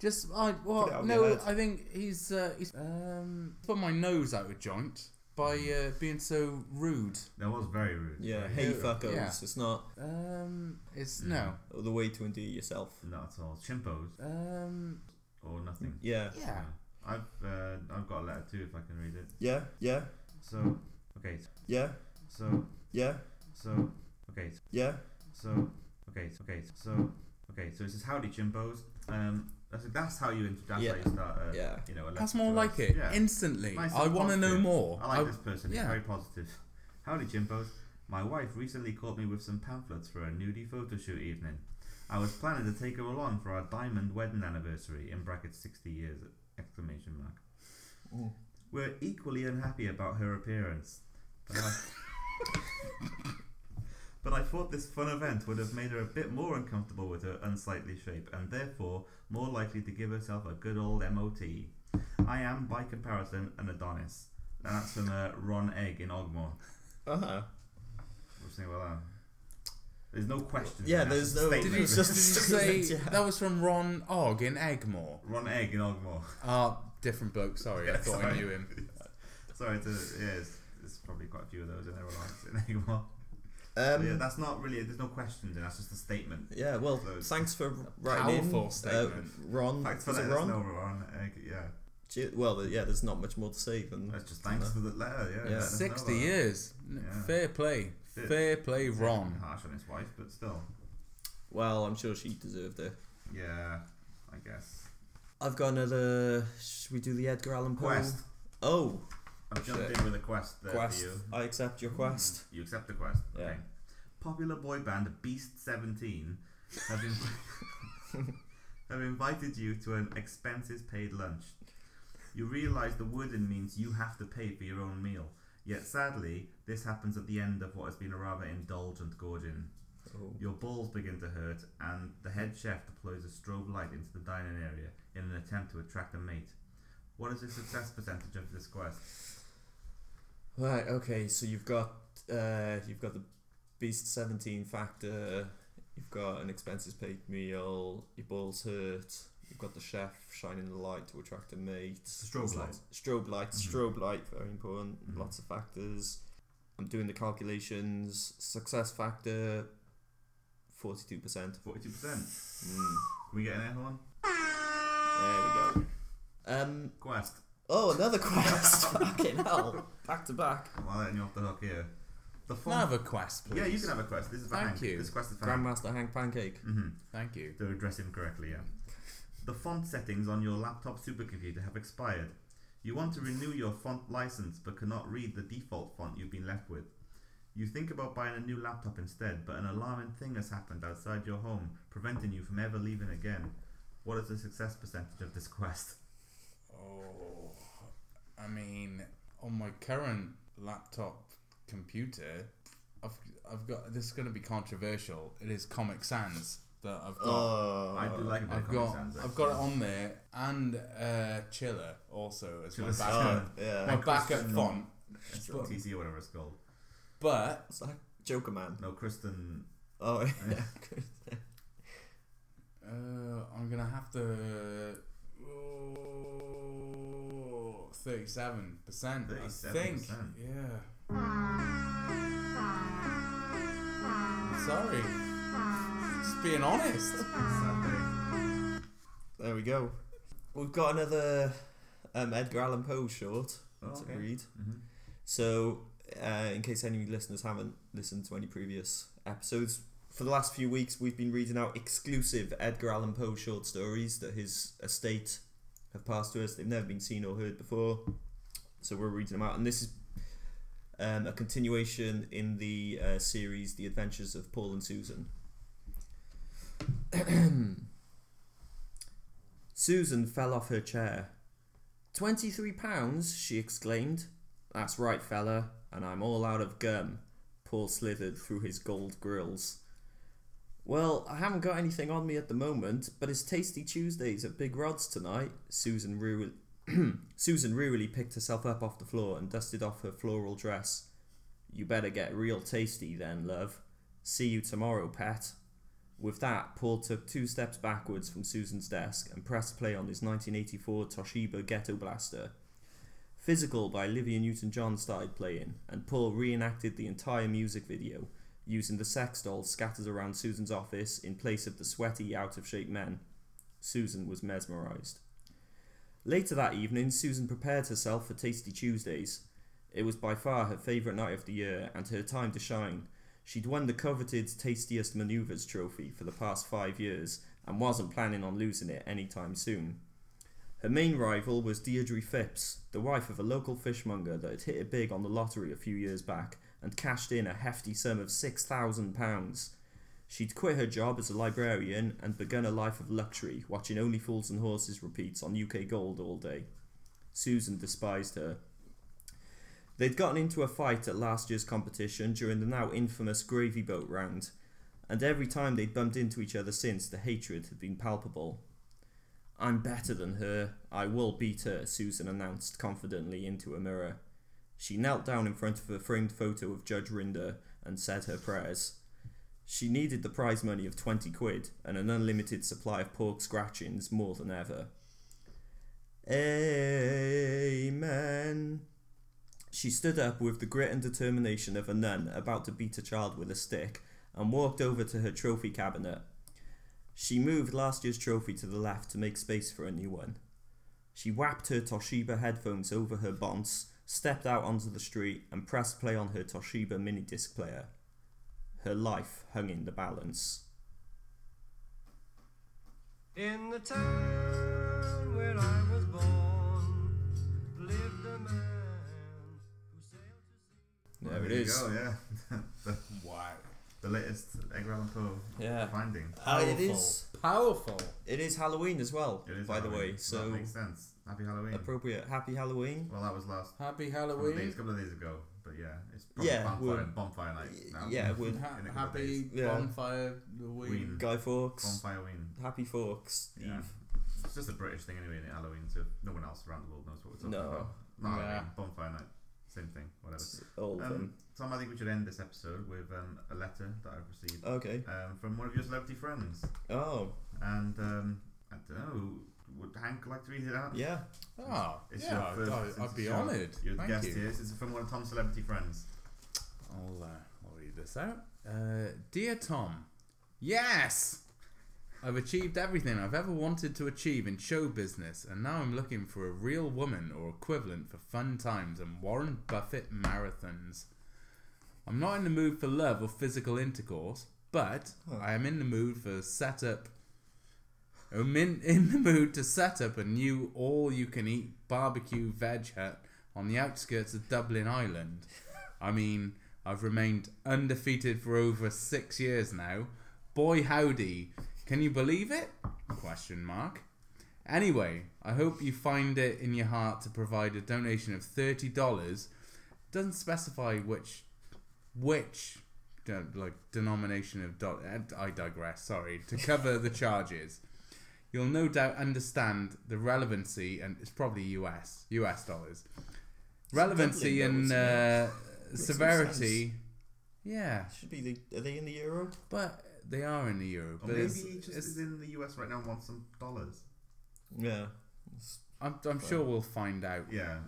[SPEAKER 1] Just I
[SPEAKER 3] it out
[SPEAKER 1] well
[SPEAKER 3] of
[SPEAKER 1] no
[SPEAKER 3] your head.
[SPEAKER 1] I think he's uh, he's um put my nose out of joint by
[SPEAKER 3] Hmm.
[SPEAKER 1] uh, being so rude.
[SPEAKER 2] That was very rude.
[SPEAKER 3] Yeah,
[SPEAKER 2] Very
[SPEAKER 3] hey
[SPEAKER 2] rude.
[SPEAKER 3] fuckos.
[SPEAKER 1] Yeah.
[SPEAKER 3] It's not
[SPEAKER 1] Um, it's
[SPEAKER 2] Mm.
[SPEAKER 1] no.
[SPEAKER 3] the way to endear yourself.
[SPEAKER 2] Not at all. Chimpos
[SPEAKER 1] Um,
[SPEAKER 2] or nothing.
[SPEAKER 3] Yeah,
[SPEAKER 1] yeah.
[SPEAKER 2] I've uh, I've got a letter too if I can read it.
[SPEAKER 3] yeah, yeah,
[SPEAKER 2] So okay.
[SPEAKER 3] yeah,
[SPEAKER 2] So
[SPEAKER 3] yeah,
[SPEAKER 2] so okay.
[SPEAKER 3] yeah.
[SPEAKER 2] So okay. Okay. So Okay, so it says howdy, Chimbos. Um, that's that's how you int- that's
[SPEAKER 3] Yeah.
[SPEAKER 2] how you start. A,
[SPEAKER 3] Yeah.
[SPEAKER 2] you know, a
[SPEAKER 1] That's
[SPEAKER 2] letter
[SPEAKER 1] more
[SPEAKER 2] to
[SPEAKER 1] like
[SPEAKER 2] us.
[SPEAKER 1] it.
[SPEAKER 2] Yeah.
[SPEAKER 1] Instantly.
[SPEAKER 2] Nice
[SPEAKER 1] I
[SPEAKER 2] and
[SPEAKER 1] want to know
[SPEAKER 2] positive.
[SPEAKER 1] more.
[SPEAKER 2] I like this person. He's
[SPEAKER 1] Oh, yeah.
[SPEAKER 2] very positive. Howdy, Jimbos. My wife recently caught me with some pamphlets for a nudie photo shoot evening. I was planning to take her along for our diamond wedding anniversary in brackets 60 years exclamation mark.
[SPEAKER 3] Ooh.
[SPEAKER 2] We're equally unhappy about her appearance. But I, but I thought this fun event would have made her a bit more uncomfortable with her unsightly shape and therefore more likely to give herself a good old MOT. I am, by comparison, an Adonis. And that's from uh, Ron Egg in Ogmore.
[SPEAKER 3] Uh
[SPEAKER 2] Uh-huh.
[SPEAKER 3] huh.
[SPEAKER 2] We'll see about that. There's no question.
[SPEAKER 3] Yeah,
[SPEAKER 2] That's
[SPEAKER 3] there's
[SPEAKER 2] a
[SPEAKER 1] Did
[SPEAKER 3] no-
[SPEAKER 2] statement.
[SPEAKER 1] you,
[SPEAKER 3] It's just
[SPEAKER 1] did
[SPEAKER 3] a
[SPEAKER 1] you say
[SPEAKER 3] statement, yeah.
[SPEAKER 1] that was from Ron Ogg in Egmore?
[SPEAKER 2] Ron Egg in Ogmore.
[SPEAKER 1] Ah, different bloke. Sorry, I
[SPEAKER 2] Yeah,
[SPEAKER 1] thought I
[SPEAKER 2] sorry.
[SPEAKER 1] knew him.
[SPEAKER 2] Sorry, it's, a, yeah, it's, it's probably quite a few of those in there. Ron's in Ogmore.
[SPEAKER 3] Um,
[SPEAKER 2] But yeah, that's not really. There's no question. That's just a statement.
[SPEAKER 3] yeah, well,
[SPEAKER 2] Those-
[SPEAKER 3] thanks for writing in,
[SPEAKER 1] powerful
[SPEAKER 3] uh,
[SPEAKER 1] statement.
[SPEAKER 3] Ron.
[SPEAKER 2] Thanks for
[SPEAKER 3] was it
[SPEAKER 2] letting us
[SPEAKER 3] Ron?
[SPEAKER 2] know, Ron Egg. Yeah,
[SPEAKER 3] Ge- Well, uh, yeah, there's not much more to say than
[SPEAKER 2] that's just thanks for the letter. Yeah,
[SPEAKER 3] Yeah.
[SPEAKER 2] letting us know
[SPEAKER 1] Sixty
[SPEAKER 2] about that.
[SPEAKER 1] years. N-
[SPEAKER 2] Yeah.
[SPEAKER 1] Fair play.
[SPEAKER 2] Yeah.
[SPEAKER 1] Fair play,
[SPEAKER 2] It's
[SPEAKER 1] Ron.
[SPEAKER 2] Harsh on his wife, but still.
[SPEAKER 3] Well, I'm sure she deserved it.
[SPEAKER 2] Yeah, I guess.
[SPEAKER 3] I've got another. Should we do the Edgar Allan Poe?
[SPEAKER 2] Quest.
[SPEAKER 3] Oh,
[SPEAKER 2] I've jumped
[SPEAKER 3] Shit.
[SPEAKER 2] in with a quest there
[SPEAKER 3] quest.
[SPEAKER 2] for you. Hmm. Mm,
[SPEAKER 3] I accept your quest.
[SPEAKER 2] You accept the quest.
[SPEAKER 3] Yeah.
[SPEAKER 2] Okay. Popular boy band Beast Seventeen have, inv- have invited you to an expenses paid lunch. You realise the wording means you have to pay for your own meal. Yet sadly, this happens at the end of what has been a rather indulgent gorging.
[SPEAKER 3] Oh.
[SPEAKER 2] Your balls begin to hurt, and the head chef deploys a strobe light into the dining area in an attempt to attract a mate. What is the success percentage of this quest?
[SPEAKER 3] Right. Okay. So you've got uh, you've got the Beast Seventeen factor. You've got an expenses paid meal. Your balls hurt. You've got the chef shining the light to attract a mate.
[SPEAKER 2] strobe
[SPEAKER 3] There's
[SPEAKER 2] light.
[SPEAKER 3] lots- Strobe light. Mm-hmm.
[SPEAKER 2] Mhm.
[SPEAKER 3] Strobe light. Very important.
[SPEAKER 2] Mhm.
[SPEAKER 3] Lots of factors. I'm doing the calculations. Success factor. Forty-two percent. Mm,
[SPEAKER 2] Forty-two percent. Can we get an air horn?
[SPEAKER 3] There we go. Um.
[SPEAKER 2] Quest.
[SPEAKER 3] Oh, another quest. Fucking hell. Back to back.
[SPEAKER 2] I'm not letting you off the hook here. The
[SPEAKER 1] Can I
[SPEAKER 2] font.
[SPEAKER 1] have a quest, please?
[SPEAKER 2] yeah, you can have a quest. This is for
[SPEAKER 1] Thank
[SPEAKER 2] Hank.
[SPEAKER 1] you.
[SPEAKER 2] This quest is for Hank.
[SPEAKER 3] Grandmaster Hank Pancake.
[SPEAKER 2] hmm
[SPEAKER 1] Thank you.
[SPEAKER 2] To address him correctly, yeah. The font settings on your laptop supercomputer have expired. You want to renew your font license but cannot read the default font you've been left with. You think about buying a new laptop instead, but an alarming thing has happened outside your home, preventing you from ever leaving again. What is the success percentage of this quest?
[SPEAKER 1] Oh, I mean, on my current laptop computer, I've I've got this is going to be controversial. It is Comic Sans that I've got.
[SPEAKER 3] Oh,
[SPEAKER 2] I do like a bit
[SPEAKER 1] Uh, I've
[SPEAKER 2] of Comic
[SPEAKER 1] got
[SPEAKER 2] Sans,
[SPEAKER 1] I've got it
[SPEAKER 2] actually.
[SPEAKER 1] on there and uh, Chiller also as my
[SPEAKER 2] Chiller's
[SPEAKER 1] backup
[SPEAKER 2] fine.
[SPEAKER 1] my
[SPEAKER 3] yeah.
[SPEAKER 1] backup
[SPEAKER 2] Christian-
[SPEAKER 1] font.
[SPEAKER 2] It's a TC or whatever it's called.
[SPEAKER 1] But
[SPEAKER 3] It's like Joker Man.
[SPEAKER 2] No, Kristen.
[SPEAKER 3] Oh, yeah.
[SPEAKER 1] uh, I'm gonna have to. Oh, 37%, I think.
[SPEAKER 2] 37%.
[SPEAKER 1] Yeah. Sorry. Just being honest.
[SPEAKER 3] there we go. We've got another um, Edgar Allan Poe short
[SPEAKER 2] Oh,
[SPEAKER 3] to
[SPEAKER 2] okay.
[SPEAKER 3] read.
[SPEAKER 2] Mm-hmm.
[SPEAKER 3] So, uh, in case any listeners haven't listened to any previous episodes, for the last few weeks we've been reading out exclusive Edgar Allan Poe short stories that his estate have passed to us. They've never been seen or heard before, so we're reading them out. And this is um, a continuation in the uh, series "The Adventures of Paul and Susan." Susan fell off her chair. Twenty-three pounds! she exclaimed. That's right, fella, and I'm all out of gum. Paul slithered through his gold grills. Well, I haven't got anything on me at the moment, but it's Tasty Tuesdays at Big Rod's tonight. Susan rue Susan wearily picked herself up off the floor and dusted off her floral dress. You better get real tasty then, love. See you tomorrow, pet. With that, Paul took two steps backwards from Susan's desk and pressed play on his 1984 Toshiba Ghetto Blaster. Physical by Olivia Newton John started playing, and Paul reenacted the entire music video, using the sex dolls scattered around Susan's office in place of the sweaty, out of shape men. Susan was mesmerised. Later that evening, Susan prepared herself for Tasty Tuesdays. It was by far her favourite night of the year and her time to shine. She'd won the coveted Tastiest Maneuvers trophy for the past five years and wasn't planning on losing it anytime soon. Her main rival was Deirdre Phipps, the wife of a local fishmonger that had hit it big on the lottery a few years back and cashed in a hefty sum of £6,000. She'd quit her job as a librarian and begun a life of luxury, watching Only Fools and Horses repeats on UK Gold all day. Susan despised her. They'd gotten into a fight at last year's competition during the now infamous gravy boat round, and every time they'd bumped into each other since, the hatred had been palpable. I'm better than her. I will beat her, Susan announced confidently into a mirror. She knelt down in front of her framed photo of Judge Rinder and said her prayers. She needed the prize money of 20 quid and an unlimited supply of pork scratchings more than ever. Amen. She stood up with the grit and determination of a nun about to beat a child with a stick and walked over to her trophy cabinet. She moved last year's trophy to the left to make space for a new one. She whapped her Toshiba headphones over her bonce, stepped out onto the street, and pressed play on her Toshiba mini disc player. Her life hung in the balance.
[SPEAKER 5] In the town where I was born, lived a man who sailed to sea.
[SPEAKER 3] There it
[SPEAKER 2] you
[SPEAKER 3] is.
[SPEAKER 2] go, yeah. the,
[SPEAKER 1] Wow.
[SPEAKER 2] the latest Edgar Allan Poe
[SPEAKER 3] Yeah.
[SPEAKER 2] finding.
[SPEAKER 3] Uh,
[SPEAKER 1] Powerful.
[SPEAKER 3] it is.
[SPEAKER 1] Powerful.
[SPEAKER 3] It is Halloween as well,
[SPEAKER 2] It is
[SPEAKER 3] by the
[SPEAKER 2] Halloween.
[SPEAKER 3] way.
[SPEAKER 2] that
[SPEAKER 3] So
[SPEAKER 2] makes sense. Happy Halloween.
[SPEAKER 3] appropriate. Happy Halloween.
[SPEAKER 2] well, that was last
[SPEAKER 1] Happy
[SPEAKER 2] couple of
[SPEAKER 1] Halloween.
[SPEAKER 2] days, couple of days ago, but yeah, it's probably
[SPEAKER 3] Yeah,
[SPEAKER 2] bonfire,
[SPEAKER 3] we're-
[SPEAKER 2] bonfire night now.
[SPEAKER 3] Yeah, we're-
[SPEAKER 2] In a
[SPEAKER 1] Ha-
[SPEAKER 2] couple of
[SPEAKER 1] happy
[SPEAKER 2] days.
[SPEAKER 3] Yeah.
[SPEAKER 1] bonfire Halloween.
[SPEAKER 2] Ween.
[SPEAKER 3] Guy Fawkes.
[SPEAKER 2] bonfire ween.
[SPEAKER 3] Happy Fawkes. Eve.
[SPEAKER 2] Yeah. It's just a British thing anyway, in Halloween, so no one else around the world knows what we're talking
[SPEAKER 3] No.
[SPEAKER 2] about. No,
[SPEAKER 1] Yeah.
[SPEAKER 2] Halloween, bonfire night, same thing, whatever.
[SPEAKER 3] It's All of
[SPEAKER 2] Um,
[SPEAKER 3] them.
[SPEAKER 2] Tom, I think we should end this episode with um, a letter that I've received
[SPEAKER 3] Okay.
[SPEAKER 2] um, from one of your celebrity friends,
[SPEAKER 3] Oh,
[SPEAKER 2] and um, I don't know, would Hank like to read it out?
[SPEAKER 3] yeah.
[SPEAKER 1] Oh,
[SPEAKER 2] It's
[SPEAKER 1] yeah,
[SPEAKER 2] your first,
[SPEAKER 1] I'd,
[SPEAKER 2] since
[SPEAKER 1] I'd
[SPEAKER 2] it's
[SPEAKER 1] be
[SPEAKER 2] your-
[SPEAKER 1] honoured.
[SPEAKER 2] You're the
[SPEAKER 1] Thank
[SPEAKER 2] guest
[SPEAKER 1] you.
[SPEAKER 2] here. This is from one of Tom's celebrity friends.
[SPEAKER 1] I'll, uh, I'll read this out. Uh, Dear Tom, yes! I've achieved everything I've ever wanted to achieve in show business, and now I'm looking for a real woman or equivalent for fun times and Warren Buffett marathons. I'm not in the mood for love or physical intercourse, but I am in the mood for setup. I'm in, in the mood to set up a new all you can eat barbecue veg hut on the outskirts of Dublin, Ireland. I mean, I've remained undefeated for over six years now. Boy howdy, can you believe it? Question mark. Anyway, I hope you find it in your heart to provide a donation of thirty dollars. Doesn't specify which, which, de- like denomination of dot. I digress. Sorry. To cover the charges, you'll no doubt understand the relevancy, and it's probably U.S. U.S. dollars relevancy
[SPEAKER 3] Dublin,
[SPEAKER 1] and uh,
[SPEAKER 3] though, Makes some
[SPEAKER 1] severity. Yeah,
[SPEAKER 3] Should be the. Are they in the Euro?
[SPEAKER 1] but they are in the euro.
[SPEAKER 2] Or
[SPEAKER 1] But
[SPEAKER 2] maybe
[SPEAKER 1] it's,
[SPEAKER 2] he just
[SPEAKER 1] it's-
[SPEAKER 2] is in the US right now and wants some dollars.
[SPEAKER 3] Yeah.
[SPEAKER 1] I'm, I'm sure we'll find out.
[SPEAKER 2] Yeah,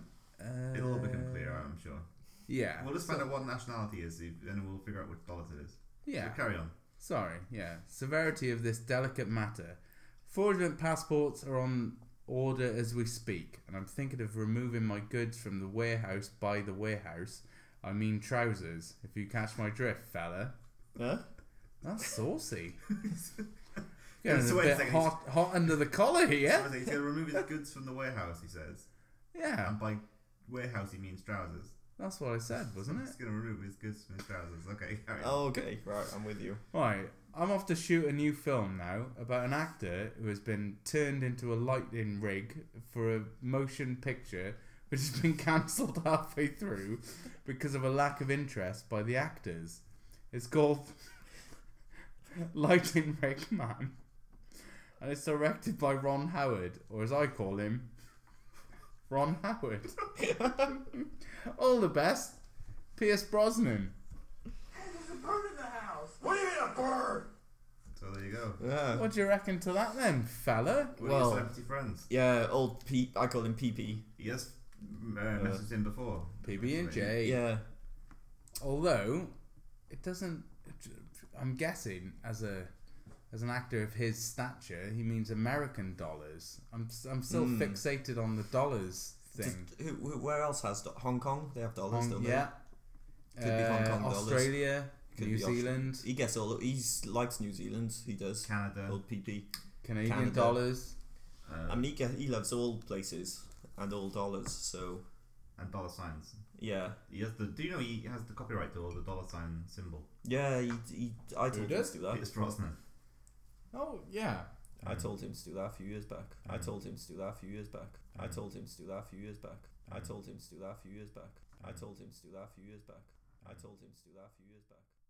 [SPEAKER 1] Uh,
[SPEAKER 2] it'll all become clear, I'm sure.
[SPEAKER 1] Yeah.
[SPEAKER 2] We'll just find out what nationality is, and then we'll figure out which dollars it is.
[SPEAKER 1] Yeah.
[SPEAKER 2] So carry on.
[SPEAKER 1] Sorry, yeah. Severity of this delicate matter. Fraudulent passports are on order as we speak, and I'm thinking of removing my goods from the warehouse by the warehouse. I mean trousers, if you catch my drift, fella.
[SPEAKER 3] Huh?
[SPEAKER 1] That's saucy.
[SPEAKER 2] Yeah,
[SPEAKER 1] Getting
[SPEAKER 2] so
[SPEAKER 1] a
[SPEAKER 2] wait a
[SPEAKER 1] bit
[SPEAKER 2] second, he's-
[SPEAKER 1] hot, hot under the collar
[SPEAKER 2] So
[SPEAKER 1] here.
[SPEAKER 2] he's going to remove his goods from the warehouse, he says.
[SPEAKER 1] Yeah,
[SPEAKER 2] And by warehouse, he means trousers.
[SPEAKER 1] that's what I said, wasn't
[SPEAKER 2] He's
[SPEAKER 1] it?
[SPEAKER 2] going to remove his goods from his trousers. Okay, carry on.
[SPEAKER 3] Oh, okay. Right. I'm with you.
[SPEAKER 1] Right, I'm off to shoot a new film now about an actor who has been turned into a lightning rig for a motion picture which has been cancelled halfway through because of a lack of interest by the actors. It's called Lightning Rig Man. And it's directed by Ron Howard, or as I call him, Ron Howard. All the best, Pierce Brosnan.
[SPEAKER 2] So there you go.
[SPEAKER 3] Yeah.
[SPEAKER 1] What do you reckon to that then, fella?
[SPEAKER 2] We're
[SPEAKER 3] Well-
[SPEAKER 2] your celebrity friends.
[SPEAKER 3] Yeah. Old P. I call him PP.
[SPEAKER 2] He has uh, messaged in before.
[SPEAKER 1] PB and J.
[SPEAKER 3] Yeah.
[SPEAKER 1] Although it doesn't, I'm guessing as a as an actor of his stature, he means American dollars. I'm s- I'm still
[SPEAKER 3] Hmm.
[SPEAKER 1] fixated on the dollars thing.
[SPEAKER 3] Who, who, where else has do- Hong Kong? They have dollars,
[SPEAKER 1] Hong-
[SPEAKER 3] don't they?
[SPEAKER 1] yeah. Uh,
[SPEAKER 3] Could be Hong Kong dollars.
[SPEAKER 1] Australia,
[SPEAKER 3] Could
[SPEAKER 1] New
[SPEAKER 3] be E- Australia.
[SPEAKER 1] Zealand,
[SPEAKER 3] He gets all. He's likes New Zealand. He does.
[SPEAKER 2] Canada.
[SPEAKER 3] Old PP.
[SPEAKER 1] Canadian
[SPEAKER 3] Canada.
[SPEAKER 1] dollars.
[SPEAKER 2] Uh,
[SPEAKER 3] I mean, he, get, he loves all places and all dollars. So
[SPEAKER 2] and dollar signs.
[SPEAKER 3] yeah,
[SPEAKER 2] He has the. Do you know he has the copyright to all the dollar sign symbol?
[SPEAKER 3] yeah. He, he I told him
[SPEAKER 1] does?
[SPEAKER 3] to do that.
[SPEAKER 2] Pierce Brosnan.
[SPEAKER 1] Oh yeah,
[SPEAKER 3] I
[SPEAKER 2] Mm.
[SPEAKER 3] told him to do that a few years back. I
[SPEAKER 2] Mm.
[SPEAKER 3] told him to do that a few years back. I
[SPEAKER 2] Mm.
[SPEAKER 3] told him to do that a few years back. I
[SPEAKER 2] Mm.
[SPEAKER 3] told him to do that a few years back. I
[SPEAKER 2] Mm.
[SPEAKER 3] told him to do that a few years back. I told him to do that a few years back.